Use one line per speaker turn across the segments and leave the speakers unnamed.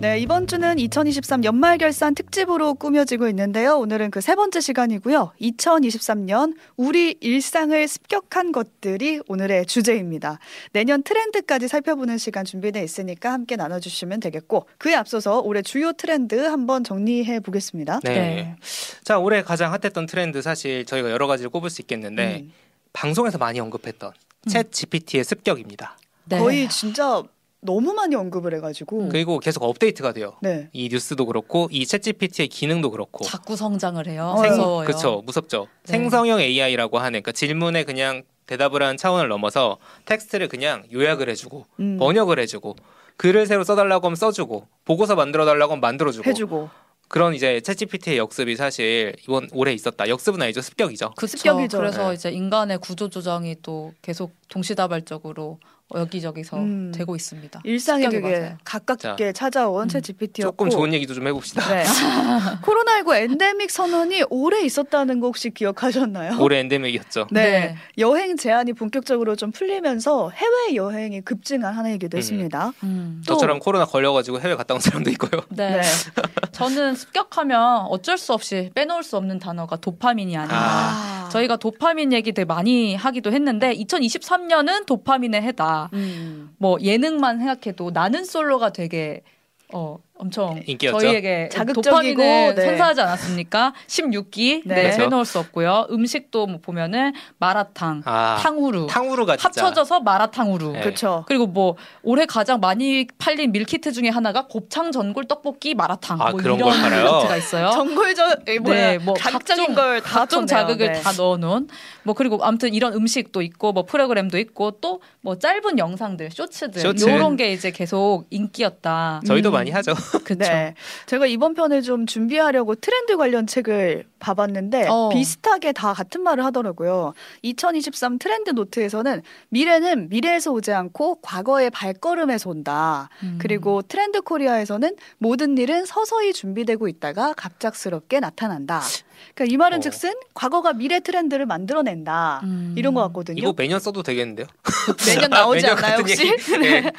네, 이번 주는 2023 연말 결산 특집으로 꾸며지고 있는데요. 오늘은 그 세 번째 시간이고요. 2023년 우리 일상을 습격한 것들이 오늘의 주제입니다. 내년 트렌드까지 살펴보는 시간 준비돼 있으니까 함께 나눠주시면 되겠고 그에 앞서서 올해 주요 트렌드 한번 정리해 보겠습니다.
네. 자, 올해 가장 핫했던 트렌드 사실 저희가 여러 가지를 꼽을 수 있겠는데
음,
방송에서 많이 언급했던 챗 GPT의 습격입니다.
네.
거의 진짜 너무 많이 언급을 해가지고
그리고 계속 업데이트가 돼요.
네.
이 뉴스도 그렇고 이 챗 GPT의 기능도 그렇고
자꾸 성장을 해요.
어, 생-
무서워요.
그렇죠. 무섭죠.
네.
생성형 AI라고 하는 그러니까 질문에 그냥 대답을 하는 차원을 넘어서 텍스트를 그냥 요약을 해주고
음,
번역을 해주고 글을 새로 써달라고 하면 써주고 보고서 만들어달라고 하면 만들어주고
해주고
그런 이제 챗 GPT의 역습이 사실 이번 올해 있었다. 역습은 아니죠. 습격이죠.
그
습격이죠.
그래서
네.
이제 인간의 구조 조정이 또 계속 동시다발적으로 여기저기서
음. 되고
되고 있습니다.
일상에
습격이
되게
맞아요.
가깝게 찾아온
음.
챗 GPT였고
조금 좋은 얘기도 좀 해봅시다.
네. 코로나19 엔데믹 선언이 오래 있었다는 거 혹시 기억하셨나요?
올해 엔데믹이었죠.
네. 여행 제한이 본격적으로 좀 풀리면서 해외 여행이 급증한 한 해이기도
음.
했습니다. 또-
저처럼 코로나 걸려가지고 해외 갔다 온 사람도 있고요.
네. 저는 습격하면 어쩔 수 없이 빼놓을 수 없는 단어가 도파민이 아니라
아.
저희가 도파민 얘기 되게 많이 하기도 했는데 2023년은 도파민의 해다.
음.
뭐 예능만 생각해도 나는 솔로가 되게 어 엄청
인기였죠?
저희에게
자극적이고,
도파민을
네.
선사하지 않았습니까? 16기
네.
네.
그렇죠.
해놓을 수 없고요. 음식도 뭐 보면은 마라탕,
아,
탕후루
탕후루가 진짜
합쳐져서 마라탕후루.
네.
그렇죠.
그리고 뭐 올해 가장 많이 팔린 밀키트 중에 하나가 곱창 전골 떡볶이 마라탕
아,
뭐
그런
이런
걸 팔아요?
밀키트가 있어요. 네,
정글전 뭐야 자극적인 걸다
각종
합쳤네요.
자극을
네.
다 넣어놓은 뭐 그리고 아무튼 이런 음식도 있고 뭐 프로그램도 있고 또 뭐 짧은 영상들 쇼츠들
쇼츠.
요런 게 이제 계속 인기였다.
저희도
음.
많이 하죠.
그쵸?
네. 제가 이번 편에 좀 준비하려고 트렌드 관련 책을 봐봤는데
어.
비슷하게 다 같은 말을 하더라고요. 2023 트렌드 노트에서는 미래는 미래에서 오지 않고 과거의 발걸음에서 온다.
음.
그리고 트렌드 코리아에서는 모든 일은 서서히 준비되고 있다가 갑작스럽게 나타난다. 그러니까 이 말은
어.
즉슨 과거가 미래 트렌드를 만들어낸다.
음.
이런 것 같거든요.
이거 매년 써도 되겠는데요?
매년 나오지
매년
않나요
같은
혹시?
얘기. 네.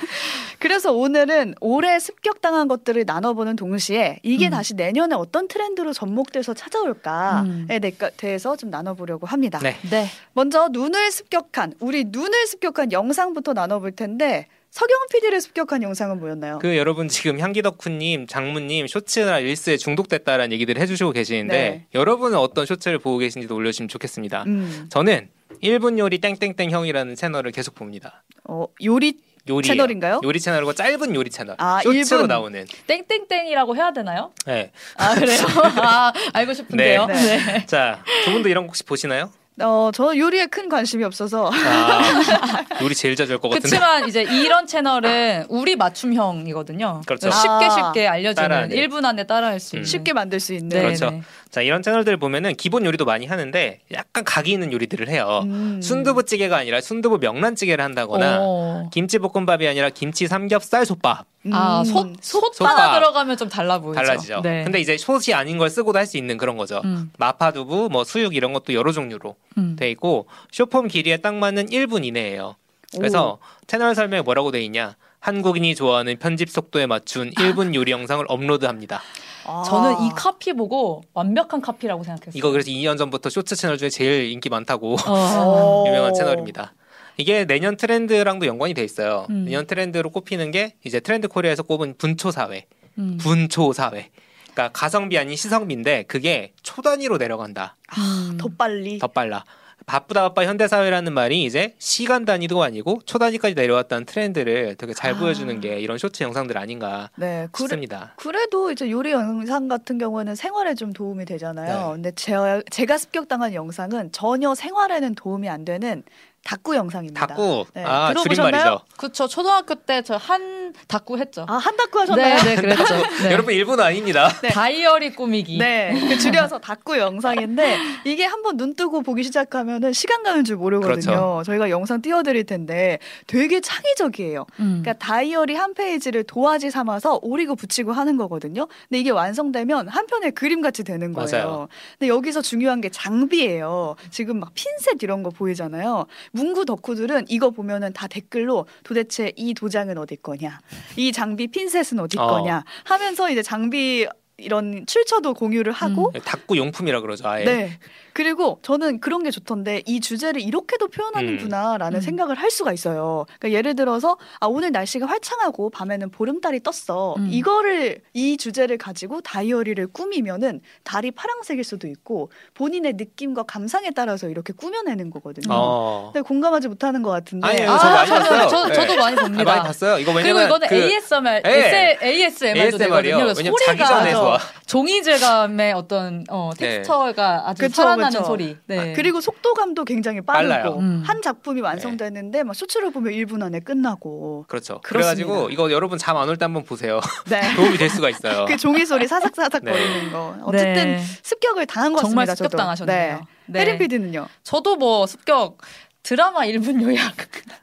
그래서 오늘은 올해 습격당한 것들을 나눠보는 동시에 이게
음.
다시 내년에 어떤 트렌드로 전목돼서 찾아올까에
음.
대가- 대해서 좀 나눠보려고 합니다.
네.
네.
먼저 눈을 습격한 우리 눈을 습격한 영상부터 나눠볼 텐데 서경 PD를 습격한 영상은 뭐였나요?
그 여러분 지금 향기덕후님, 장문님 쇼츠나 릴스에 중독됐다라는 얘기들을 해주시고 계시는데
네. 여러분은
여러분은 어떤 쇼츠를 보고 계신지도 올려주시면 좋겠습니다.
음,
저는 1분 요리 땡땡땡 형이라는 채널을 계속 봅니다.
어, 요리
요리
채널인가요?
요리 채널이고 짧은 요리 채널.
아,
쇼츠로
1분.
나오는.
땡땡땡이라고 해야 되나요?
네.
아 그래요? 아 알고 싶은데요.
네.
네.
자, 두 분도 이런 거 혹시 보시나요?
어, 저는 요리에 큰 관심이 없어서
음. 아, 요리 제일 자주 할 것 같은데.
그치만 이제 이런 채널은 우리 맞춤형이거든요.
그렇죠.
쉽게
아.
쉽게
따라하는.
알려주는 1분 안에 따라할 수 있는.
쉽게 만들 수 있는
네,
그렇죠.
네.
자 이런 채널들 보면은 기본 요리도 많이 하는데 약간 각이 있는 요리들을 해요.
음.
순두부찌개가 아니라 순두부 명란찌개를 한다거나
어.
김치볶음밥이 아니라 김치 삼겹살 솥밥
아,
음.
솥, 솥
솥밥.
하나 들어가면 좀 달라 보이죠.
달라지죠.
네.
근데 이제 솥이 아닌 걸 쓰고도 할 수 있는 그런 거죠.
음,
마파두부, 뭐 수육 이런 것도 여러 종류로
음.
돼 있고 쇼폼 길이에 딱 맞는 1분 이내예요. 그래서 채널 설명에 뭐라고 돼 있냐? 한국인이 좋아하는 편집 속도에 맞춘 1분 요리 영상을 업로드합니다.
아.
저는 이 카피 보고 완벽한 카피라고 생각했어요.
이거 그래서 2년 전부터 쇼츠 채널 중에 제일 인기 많다고
어.
오.
아, 유명한 채널입니다. 이게 내년 트렌드랑도 연관이 돼 있어요.
음.
내년 트렌드로 꼽히는 게 이제 트렌드 코리아에서 꼽은 분초 사회,
음.
분초 사회. 그러니까 가성비 아닌 시성비인데 그게 초 단위로 내려간다.
음.
아, 더 빨리
더 빨라. 바쁘다 바빠 현대 사회라는 말이 이제 시간 단위도 아니고 초 단위까지 내려왔다는 트렌드를 되게 잘
아.
보여주는 게 이런 쇼츠 영상들 아닌가
네 그래,
싶습니다.
그래도 이제 요리 영상 같은 경우에는 생활에 좀 도움이 되잖아요
네.
근데 제가, 제가 습격당한 영상은 전혀 생활에는 도움이 안 되는 다꾸 영상입니다
닭구
네.
아
들어보셨나요?
줄임말이죠.
그쵸. 초등학교 때 저 한 닭구 했죠.
아 한다꾸 하셨나요?
네, 네, 그랬죠. 네.
여러분 일본 아닙니다.
네.
다이어리 꾸미기.
네, 그 줄여서 닫고 영상인데 이게 한번 눈 뜨고 보기 시작하면은 시간 가는 줄 모르거든요.
그렇죠.
저희가 영상 띄워드릴 텐데 되게 창의적이에요.
음.
그러니까 다이어리 한 페이지를 도화지 삼아서 오리고 붙이고 하는 거거든요. 근데 이게 완성되면 한 편의 그림 같이 되는 거예요.
맞아요.
근데 여기서 중요한 게 장비예요. 지금 막 핀셋 이런 거 보이잖아요. 문구 덕후들은 이거 보면은 다 댓글로 도대체 이 도장은 어디 거냐, 이 장비 핀셋은 어디
어.
거냐 하면서 이제 장비 이런 출처도 공유를 하고
닭구 용품이라 그러죠. 아예.
네. 그리고 저는 그런 게 좋던데 이 주제를 이렇게도 표현하는구나라는
음.
생각을 할 수가 있어요. 그러니까 예를 들어서 아 오늘 날씨가 화창하고 밤에는 보름달이 떴어.
음.
이거를 이 주제를 가지고 다이어리를 꾸미면은 달이 파란색일 수도 있고 본인의 느낌과 감상에 따라서 이렇게 꾸며내는 거거든요.
어.
근데 공감하지 못하는 것 같은데.
아니에요.
아,
네, 저 많이
저는-
봤어요.
저,
네.
저도 많이
아,
봅니다.
많이 봤어요. 이거
그리고
왜냐면
이거는
그
ASMR,
예.
ASMR도 되거든요.
ASMR이요.
그래서
왜냐면 자기
소리가
전에 좋아.
종이 질감의 어떤 어,
네.
텍스처가 아주
그쵸,
살아나는
그쵸.
소리. 네.
아, 그리고 속도감도 굉장히
빨라요.
빠르고
음.
한 작품이 완성되는데 막 수출을 보면 1분 안에 끝나고 그렇습니다.
그렇죠. 그래가지고 이거 여러분 잠 안 올 때 한번 보세요.
네.
도움이 될 수가 있어요.
그 종이 소리 사삭사삭
네.
거리는 거. 어쨌든
네.
습격을 당한 것
정말
같습니다. 저도.
습격당하셨네요.
네.
네.
혜린 PD는요?
저도 뭐 습격 드라마 1분 요약.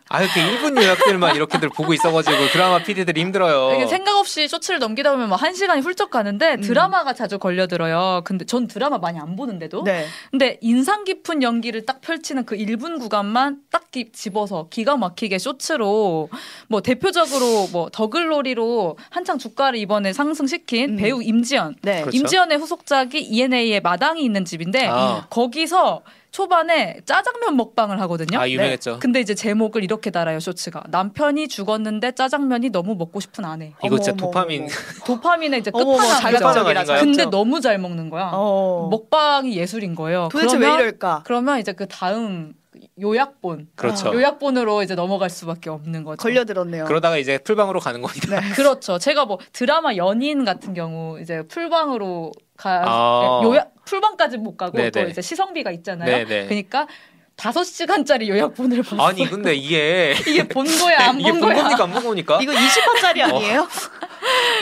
아 이렇게 일본 요약들만 이렇게들 보고 있어가지고 드라마 PD들이
이게
힘들어요. 음.
생각 없이 쇼츠를 넘기다 보면 막 한 시간이 훌쩍 가는데 드라마가 자주 걸려들어요. 근데 전 드라마 많이 안 보는데도.
네.
근데 인상 깊은 연기를 딱 펼치는 그 1분 구간만 딱 기- 집어서 기가 막히게 쇼츠로 뭐 대표적으로 뭐 더글로리로 한창 주가를 이번에 상승시킨
음.
배우 임지연.
네.
그렇죠.
임지연의 후속작이 ENA의 마당이 있는 집인데
아.
거기서 초반에 짜장면 먹방을 하거든요. 네.
아 유명했죠.
근데 이제 제목을 이렇게 달아요 쇼츠가 남편이 죽었는데 짜장면이 너무 먹고 싶은 아내
이거 진짜
어머,
도파민.
어머,
도파민의 이제
어머, 어머,
끝판왕
자극적이라서.
자극적이라서.
그렇죠.
근데 너무 잘 먹는 거야
어.
먹방이 예술인 거예요
도대체
그러면,
왜 이럴까?
그러면 이제 그 다음 요약본
그렇죠.
아,
요약본으로 이제 넘어갈 수밖에 없는 거죠
걸려들었네요.
그러다가 이제 풀방으로 가는 겁니다.
그렇죠 제가 뭐 드라마 연인 같은 경우 이제 풀방으로 가
아.
요약 풀방까지 못 가고 또
네네.
이제 시성비가 있잖아요
네네.
그러니까 다섯 시간짜리 요약본을 봤어요
아니 근데 이게
네. 이게 본 거야 안
이게
본
본
거야
겁니까 안 본 겁니까?
이거
어.
20화짜리 아니에요?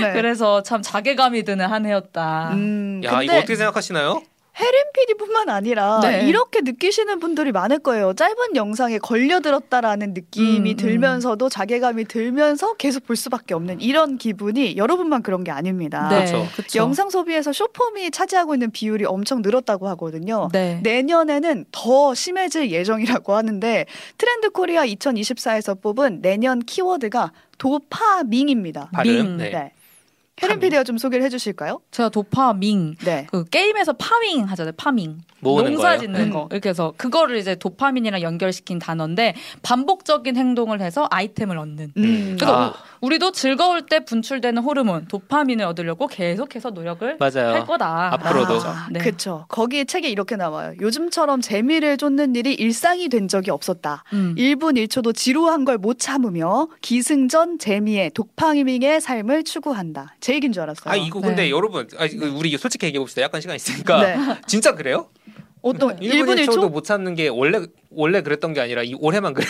네.
그래서 아. 참 자괴감이 드는 한 해였다.
음,
야 이거
근데
어떻게 생각하시나요?
혜린 PD뿐만 아니라
네.
이렇게 느끼시는 분들이 많을 거예요. 짧은 영상에 걸려들었다라는 느낌이
음, 음.
들면서도 자괴감이 들면서 계속 볼 수밖에 없는 이런 기분이 여러분만 그런 게 아닙니다.
네. 그렇죠.
그렇죠.
영상 소비에서 쇼폼이 차지하고 있는 비율이 엄청 늘었다고 하거든요.
네.
내년에는 더 심해질 예정이라고 하는데 트렌드 코리아 2024에서 뽑은 내년 키워드가 도파밍입니다.
발음.
밍.
네.
네. 혜린 PD가 좀 소개를 해주실까요?
제가 도파밍
네.
그 게임에서 파밍 하잖아요. 파밍.
모으는
농사
거예요.
짓는
네.
거. 이렇게 해서 그거를 이제 도파민이랑 연결시킨 단어인데 반복적인 행동을 해서 아이템을 얻는.
음.
그래서
아.
우- 우리도 즐거울 때 분출되는 호르몬 도파민을 얻으려고 계속해서 노력을 할
맞아요.
거다.
앞으로도.
아,
네.
그쵸. 거기에 책에 이렇게 나와요. 요즘처럼 재미를 쫓는 일이 일상이 된 적이 없었다.
음.
1분 1초도 지루한 걸 못 참으며 기승전 재미의 독파밍의 삶을 추구한다. 제 얘기인 줄 알았어요.
아 이거 근데
네.
여러분 아, 이거 우리 솔직히 얘기해 봅시다. 약간 시간 있으니까
네.
진짜 그래요?
어떤
1분
1분
1초도
1초?
못 찾는 게 원래 원래 그랬던 게 아니라 이 올해만 그래.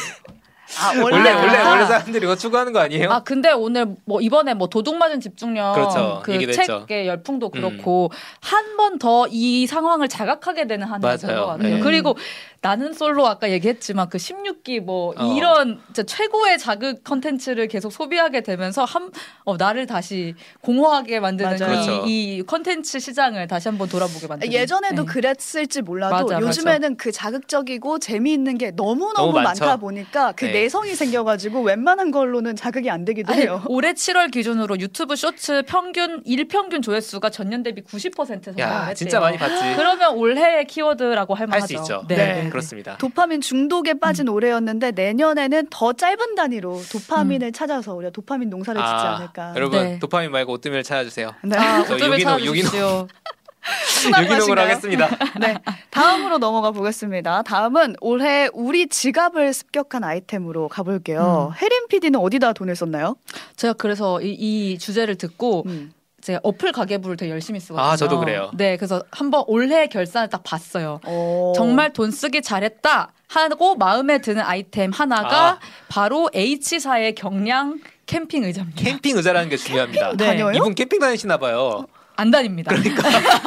아,
원래 원래
아.
원래 사람들이 이거 추구하는 거 아니에요?
아 근데 오늘 뭐 이번에 뭐 도둑 맞은 집중력
그렇죠.
그
얘기도 했죠. 음.
책의 열풍도 그렇고 한 번 더 이 상황을 자각하게 되는 한 해였던
맞아요.
것 같아요.
네.
그리고 나는 솔로 아까 얘기했지만 그 16기 뭐
어.
이런 진짜 최고의 자극 컨텐츠를 계속 소비하게 되면서 한 어, 나를 다시 공허하게 만드는
맞아요.
이-
그렇죠.
이 컨텐츠 시장을 다시 한번 돌아보게 만드는
예전에도
네.
그랬을지 몰라도
맞아, 맞아.
요즘에는 그 자극적이고 재미있는 게 너무너무
너무 많죠.
많다 보니까 그
네.
내성이 생겨가지고 웬만한 걸로는 자극이 안 되기도
아니,
해요.
올해 7월 기준으로 유튜브 쇼츠 평균 일평균 조회수가 전년 대비 90% 성장했대요.
야 진짜 많이 봤지.
그러면 올해의 키워드라고 할 만하죠.
할 수 있죠.
네.
네.
그렇습니다.
도파민 중독에 빠진
음.
올해였는데 내년에는 더 짧은 단위로 도파민을
음.
찾아서 우리가 도파민 농사를 짓지
아,
않을까.
여러분
네.
도파민 말고 오뜨밀 찾아주세요.
네.
아,
저
오뚜밀
유기농,
찾아주십시오.
유기농을
하신가요?
하겠습니다.
네. 다음으로 넘어가 보겠습니다. 다음은 올해 우리 지갑을 습격한 아이템으로
음.
가볼게요. 혜린 PD는 어디다 돈을 썼나요?
제가 그래서 이, 이 주제를 듣고
음.
제 어플 가계부를 되게 열심히 쓰거든요.
아, 저도 그래요.
네, 그래서 한번 올해 결산을 딱 봤어요.
어.
정말 돈 쓰기 잘했다 하고 마음에 드는 아이템 하나가
아.
바로 H사의 경량 캠핑 의자입니다.
캠핑 의자라는 게 중요합니다.
다녀요?
이분 캠핑 다니시나 봐요.
안 다닙니다.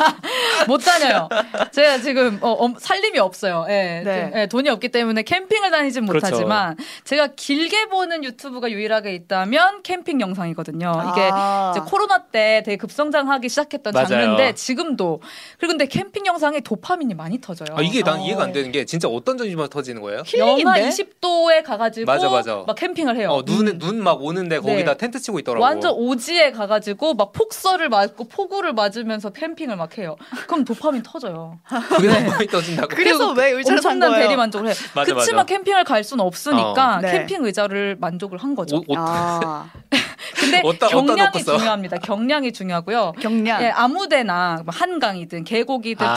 못 다녀요. 제가 지금 어, 엄- 살림이 없어요. 예,
네.
예, 돈이 없기 때문에 캠핑을 다니진
그렇죠.
못하지만 제가 길게 보는 유튜브가 유일하게 있다면 캠핑 영상이거든요. 이게
아.
이제 코로나 때 되게 급성장하기 시작했던
맞아요.
장르인데 지금도 그리고 근데 캠핑 영상에 도파민이 많이 터져요.
아, 이게 난
어.
이해가 안 되는 게 진짜 어떤 점이면 터지는 거예요?
영하
힐링인데?
20도에 가가지고
맞아, 맞아.
막 캠핑을 해요.
어, 눈 눈 막 오는데 거기다
네.
텐트 치고 있더라고.
완전 오지에 가가지고 막 폭설을 맞고 폭우를 맞으면서 캠핑을 막 해요. 그럼 도파민 터져요.
그게 너무 떠진다고.
그래서 왜 의자를 산
엄청난
거예요?
대리 만족을 해.
맞아,
그치만
맞아.
캠핑을 갈 수는 없으니까
어. 네.
캠핑 의자를 만족을 한 거죠.
옷, 옷
아,
근데
어디다- 어디다 놓고
경량이
써?
중요합니다. 경량이 중요하고요.
경량.
예, 아무데나 뭐 한강이든 계곡이든
아.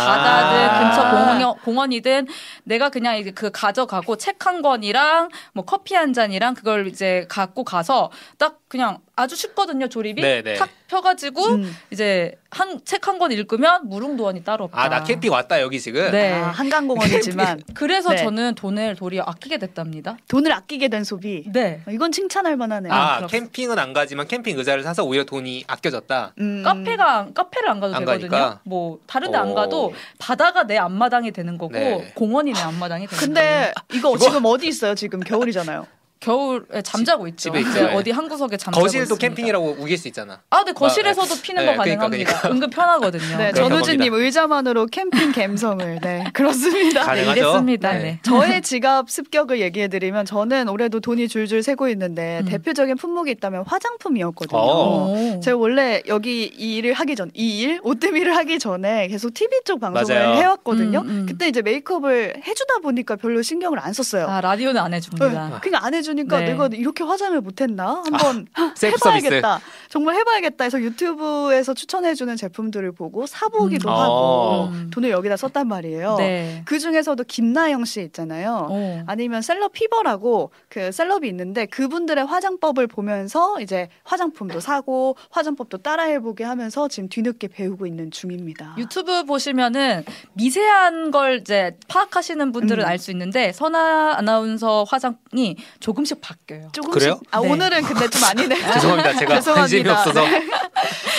바다든 근처 공원, 이든 내가 그냥 이제 그 가져가고 책 한 권이랑 뭐 커피 한 잔이랑 그걸 이제 갖고 가서 딱 그냥 아주 쉽거든요 조립이
네, 네.
탁 펴가지고
음.
이제 한 책 한 권 읽으면 무릉도원이 따로 없다.
아, 나 캠핑 왔다 여기 지금.
네.
아, 한강공원이지만
그래서
네.
저는 돈을 도리어 아끼게 됐답니다.
돈을 아끼게 된 소비. 어,
네.
이건 칭찬할 만하네요.
아,
그렇습니다.
캠핑은 안 가지만 캠핑 의자를 사서 오히려 돈이 아껴졌다.
음.
카페가 카페를 안 가도
안
되거든요.
가니까?
뭐 다른 데
오.
안 가도 바다가 내 앞마당이 되는 거고
네.
공원이 내 앞마당이 되는 거예요.
근데 이거 지금 어디 있어요? 지금 겨울이잖아요.
겨울에 잠자고 있죠.
집에 있죠.
그
예.
어디 한 구석에 잠자고
거실도
있습니다.
캠핑이라고 우길 수 있잖아.
아, 네 거실에서도
막,
피는
예,
거
그러니까,
가능합니다. 은근 편하거든요.
네,
그런 전-
전우진님 의자만으로 캠핑 감성을. 네, 그렇습니다.
가능하죠.
이랬습니다.
네.
네.
저의 지갑 습격을 얘기해드리면 저는 올해도 돈이 줄줄 새고 있는데
음.
대표적인 품목이 있다면 화장품이었거든요.
어.
오.
제가 원래 여기 이 일을 하기 전, 이 일, 옷대미를 하기 전에 계속 TV 쪽 방송을
맞아요.
해왔거든요.
음, 음.
그때 이제 메이크업을 해주다 보니까 별로 신경을 안 썼어요.
아, 라디오는 안
네,
해줍니다.
그러니까 안 해주니까
네.
내가 이렇게 화장을 못했나 한번
아, 셀프 서비스.
해봐야겠다. 정말 해봐야겠다 해서 유튜브에서 추천해주는 제품들을 보고 사보기도
음.
하고
어.
돈을 여기다 썼단 말이에요.
네.
그 중에서도 김나영 씨 어. 있잖아요.
오.
아니면 셀럽 피버라고 그 셀럽이 있는데 그분들의 화장법을 보면서 이제 화장품도 사고 화장법도 따라해보게 하면서 지금 뒤늦게 배우고 있는 중입니다.
유튜브 보시면은 미세한 걸 이제 파악하시는 분들은
음.
알 수 있는데 선아 아나운서 화장이 조금씩 바뀌어요.
조금씩
그래요?
아
네.
오늘은 근데 좀 아니네요.
죄송합니다. 제가 관심이
죄송합니다.
없어서.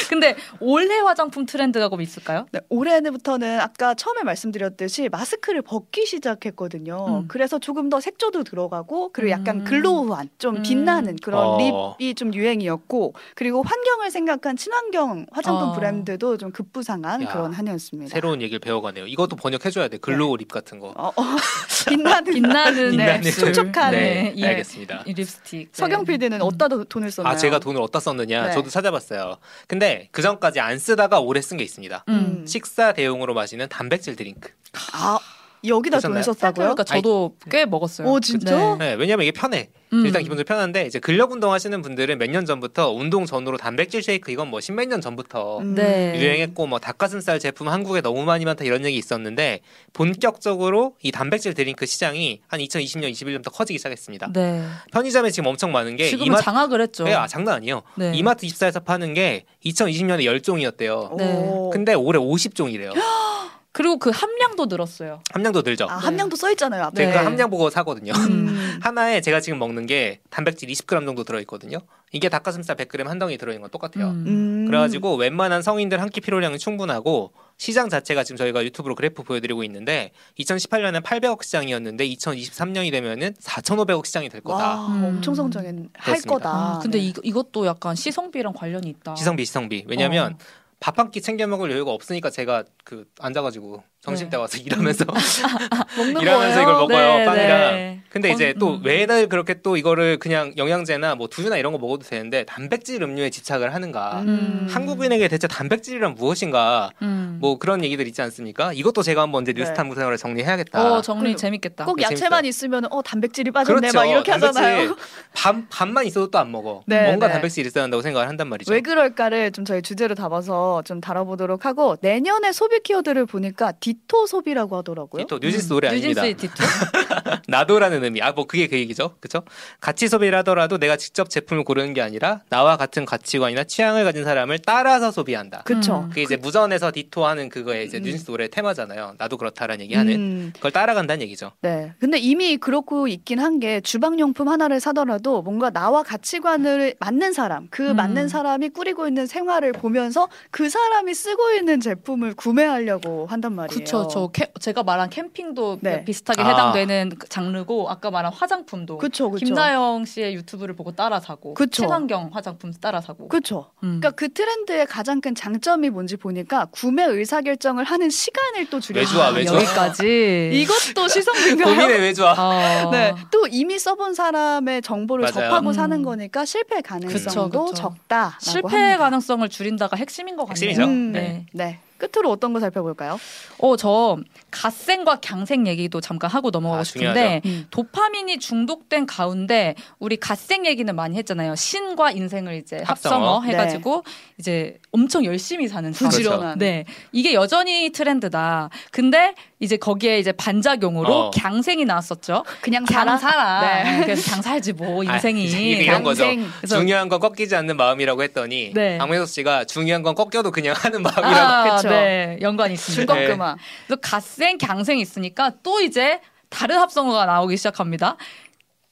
근데 올해 화장품 트렌드가 뭐 있을까요?
네, 올해부터는 아까 처음에 말씀드렸듯이 마스크를 벗기 시작했거든요.
음.
그래서 조금 더 색조도 들어가고 그리고 약간
음.
글로우한 좀
음.
빛나는 그런
어.
립이 좀 유행이었고 그리고 환경을 생각한 친환경 화장품
어.
브랜드도 좀 급부상한
야,
그런 한 해였습니다.
새로운 얘기를 배워가네요. 이것도 번역해줘야 돼. 글로우 립 같은 거. 그
어, 어, 빛나는
빛나는 네, 예.
빛나는
립술.
촉촉한
네,
이-
알겠습니다.
이 립스틱. 네.
서경 PD는 어디다 도- 돈을 썼나요?
아, 제가 돈을 어디다 썼느냐?
네.
저도 찾아봤어요. 근데 그 전까지 안 쓰다가 오래 쓴 게 있습니다.
음.
식사 대용으로 마시는 단백질 드링크.
아, 여기다
쓰셨나요?
돈을 썼다고요?
생각해보니까 저도 꽤 먹었어요.
오, 진짜?
네.
네, 왜냐면 이게 편해.
음.
일단 기본적으로 편한데 이제 근력 운동 하시는 분들은 몇 년 전부터 운동 전으로 단백질 쉐이크 이건 뭐 십몇 년 전부터
음.
네.
유행했고 뭐 닭가슴살 제품 한국에 너무 많이 많다 이런 얘기 있었는데 본격적으로 이 단백질 드링크 시장이 한 2020년 21년부터 커지기 시작했습니다.
네.
편의점에 지금 엄청 많은 게
지금은
이마트
장악을 했죠.
예, 아, 장난 아니에요.
네.
이마트 24에서 파는 게 2020년에 10종이었대요.
오.
네.
근데 올해 50종이래요.
그리고 그 함량도 늘었어요.
함량도 들죠.
아, 함량도 써 있잖아요. 앞에.
제가
네.
그 함량 보고 사거든요.
음.
하나에 제가 지금 먹는 게 단백질 20g 정도 들어있거든요. 이게 닭가슴살 100g 한 덩이 들어있는 건 똑같아요.
음.
음.
그래가지고 웬만한 성인들 한 끼 필요량이 충분하고 시장 자체가 지금 저희가 유튜브로 그래프 보여드리고 있는데 2018년에 800억 시장이었는데 2023년이 되면은 4,500억 시장이 될 거다.
와,
음.
엄청 성장할
그렇습니다.
거다.
아, 근데
네.
이, 이것도 약간 시성비랑 관련이 있다.
시성비 시성비. 왜냐면
어.
밥 한 끼 챙겨 먹을 여유가 없으니까 제가 그 앉아가지고 점심
네.
때 와서 일하면서
먹는
일하면서 이걸 먹어요
네,
빵이랑.
네.
근데 이제
어.
음,
또
음.
매달 그렇게 또 이거를 그냥 영양제나 뭐 두유나 이런 거 먹어도 되는데 단백질 음료에 집착을 하는가?
음.
한국인에게 대체 단백질이란 무엇인가?
음.
뭐 그런 얘기들 있지 않습니까? 이것도 제가 한번 이제 뉴스
네.
탐구 생활을 정리해야겠다.
어, 정리
그리고
재밌겠다.
꼭
아, 재밌어요.
야채만 있으면 어 단백질이 빠졌네 막 이렇게
그렇죠. 단백질.
하잖아요.
밥, 밥만 있어도 또 안 먹어.
네,
뭔가
네.
단백질이 있어야 한다고 생각을 한단 말이죠.
왜 그럴까를 좀 저희 주제로 담아서 좀 다뤄보도록 하고 내년에 소비 키워드를 보니까 디토 소비라고 하더라고요. 음,
또 뉴진스 노래 아닙니다.
뉴진스의 디토.
나도라는 의미. 아, 뭐 그게 그 얘기죠. 그쵸? 가치 소비를 하더라도 내가 직접 제품을 고르는 게 아니라 나와 같은 가치관이나 취향을 가진 사람을 따라서 소비한다.
그쵸.
음.
그게 이제 무전에서 디토하는 그거에 이제 뉴진스 노래 테마잖아요. 나도 그렇다라는 얘기하는
음,
그걸 따라간다는 얘기죠.
네. 근데 이미 그렇고 있긴 한 게 주방용품 하나를 사더라도 뭔가 나와 가치관을 맞는 사람, 그
음.
맞는 사람이 꾸리고 있는 생활을 보면서 그 사람이 쓰고 있는 제품을 구매하려고 한단 말이에요.
그쵸. 저 캐- 제가 말한 캠핑도
네.
비슷하게
아.
해당되는 그 장르고 아까 말한 화장품도
그쵸, 그쵸.
김나영 씨의 유튜브를 보고 따라 사고
그쵸.
친환경 화장품 따라 사고.
그쵸.
음.
아,
그러니까 그 트렌드의 가장 큰 장점이 뭔지 보니까 구매 의사 결정을 하는 시간을 또 아, 줄여.
외주화, 외주화.
여기까지.
이것도 시선인가요?
고민의 외주아.
어.
네, 또 이미 써본 사람의 정보를
맞아요.
접하고
음.
사는 거니까 실패 가능성도
그쵸, 그쵸.
적다.
실패 가능성을 줄인다가 핵심인 것 같네요.
핵심이죠.
네.
네. 끝으로 어떤 거 살펴볼까요?
어, 저 갓생과 갱생 얘기도 잠깐 하고 넘어가고
아,
중요하죠.
싶은데
음.
도파민이 중독된 가운데 우리 갓생 얘기는 많이 했잖아요. 신과 인생을 이제
합성어. 네.
합성어 해가지고 이제 엄청 열심히 사는 사람.
부지런한.
네, 이게 여전히 트렌드다. 근데 이제 거기에 이제 반작용으로
어.
갱생이 나왔었죠.
그냥
강
살아.
살아.
네.
그래서 강 살지 뭐
아,
인생이.
이런 거죠.
인생.
그래서-
중요한 건 꺾이지 않는 마음이라고 했더니
네.
박명수 씨가 중요한 건 꺾여도 그냥 하는 마음이라고.
아,
그쵸.
네, 연관이 있습니다.
네.
중꺾음아.
그래서 갓생, 갱생이 있으니까 또 이제 다른 합성어가 나오기 시작합니다.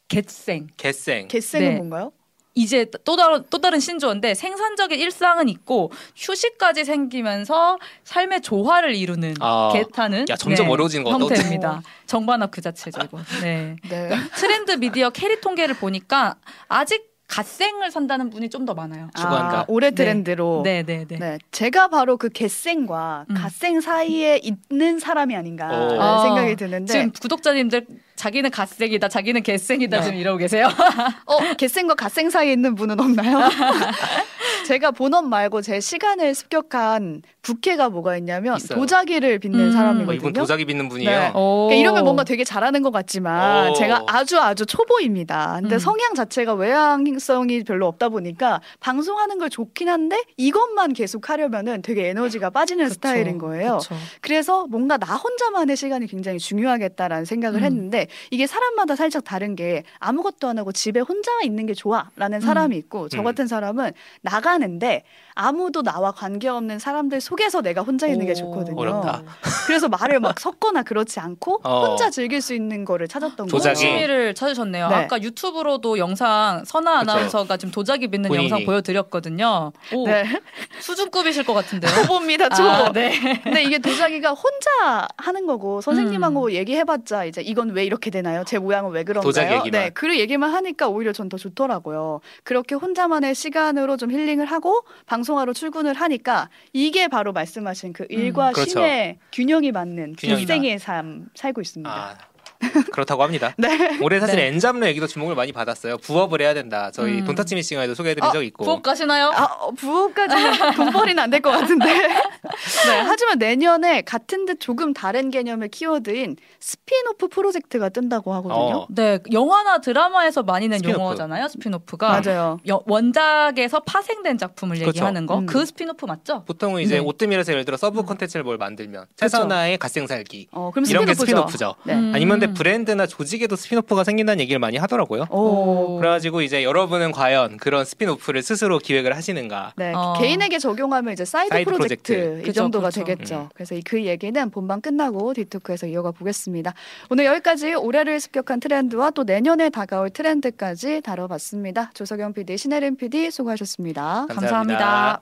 겟생.
개생.
개생은
네.
뭔가요?
이제 또 다른 또 다른 신조어인데 생산적인 일상은 있고 휴식까지 생기면서 삶의 조화를 이루는
아.
겟하는
야, 점점
네,
어려워지는 것 같다.
형태입니다. 정반합 그 자체죠 이거. 네.
네.
트렌드 미디어 캐리 통계를 보니까 아직 갓생을 산다는 분이 좀 더 많아요.
주관가.
아, 올해
네.
트렌드로.
네, 네, 네.
네, 제가 바로 그 갯생과
음.
갓생 사이에 있는 사람이 아닌가
오. 어.
라는 생각이
아,
드는데
지금 구독자님들 자기는 갓생이다, 자기는
네.
겟생이다 지금 이러고 계세요.
어, 갯생과 갓생 사이에 있는 분은 없나요? 제가 본업 말고 제 시간을 습격한 부캐가 뭐가 있냐면
있어요.
도자기를 빚는
음.
어,
사람이거든요.
이분 도자기 빚는 분이에요.
네.
오.
그러니까 이러면 뭔가 되게 잘하는 것 같지만
오.
제가 아주 아주 초보입니다. 근데
음.
성향 자체가 외향성이 별로 없다 보니까 방송하는 걸 좋긴 한데 이것만 계속 하려면은 되게 에너지가 빠지는
그쵸,
스타일인 거예요.
그쵸.
그래서 뭔가 나 혼자만의 시간이 굉장히 중요하겠다라는 생각을
음.
했는데 이게 사람마다 살짝 다른 게 아무것도 안 하고 집에 혼자 있는 게 좋아라는 사람이 있고 저
음.
같은 사람은 나가는데 아무도 나와 관계없는 사람들 속에서 내가 혼자 있는 게
오.
좋거든요.
어렵다.
그래서 말을 막 섞거나 그렇지 않고
어.
혼자 즐길 수 있는 거를 찾았던
좋은
도자기.
거예요.
취미를 찾으셨네요.
네.
아까 유튜브로도 영상 선아
그쵸.
아나운서가 지금 도자기 빚는
본인이.
영상 보여드렸거든요. 오,
네, 뭐,
수준급이실 것 같은데요.
초보입니다, 초보.
아, 네.
근데 이게 도자기가 혼자 하는 거고 선생님하고 얘기해봤자 이제 이건 왜 이렇게 되나요? 제 모양은 왜 그런가요?
도자기 얘기만.
네, 그 얘기만 하니까 오히려 전 더 좋더라고요. 그렇게 혼자만의 시간으로 좀 힐링을 하고 방송하러 출근을 하니까 이게 바로 말씀하신 그 일과
그렇죠.
쉼의 균형이 맞는
균형이다.
일생의 삶 살고 있습니다.
아, 그렇다고 합니다.
네.
올해 사실
네.
엔잡로 얘기도 주목을 많이 받았어요. 부업을 해야 된다. 저희
음.
돈타치미 싱어에도 소개해드린
아,
적 있고.
부엌 가시나요?
아, 어, 부업까지는 돈벌이는 안 될 것 같은데. 네, 하지만 내년에 같은 듯 조금 다른 개념의 키워드인 스피노프 프로젝트가 뜬다고 하거든요.
어.
네, 영화나 드라마에서 많이 낸
스피노프.
용어잖아요. 스피노프가
맞아요.
여- 원작에서 파생된 작품을
그쵸.
얘기하는 거.
음.
그 스피노프 맞죠?
보통은 이제
네.
오뜨밀에서 예를 들어 서브 콘텐츠를 뭘 만들면 최선화의 갓생살기
어, 음. 그렇죠. 그럼
이런 게
스피노프죠.
스피노프죠.
네.
음.
아니면 근데 브랜드나 조직에도 스피노프가 생긴다는 얘기를 많이 하더라고요.
오.
그래가지고 이제 여러분은 과연 그런 스피노프를 스스로 기획을 하시는가?
네,
어.
개인에게 적용하면 이제 사이드,
사이드
프로젝트,
프로젝트. 음.
이
그죠,
정도가
그죠.
되겠죠. 그래서 이- 그 얘기는 본방 끝나고 디토크에서 이어가 보겠습니다. 오늘 여기까지 올해를 습격한 트렌드와 또 내년에 다가올 트렌드까지 다뤄봤습니다. 조석영 PD, 신혜림 PD 수고하셨습니다.
감사합니다.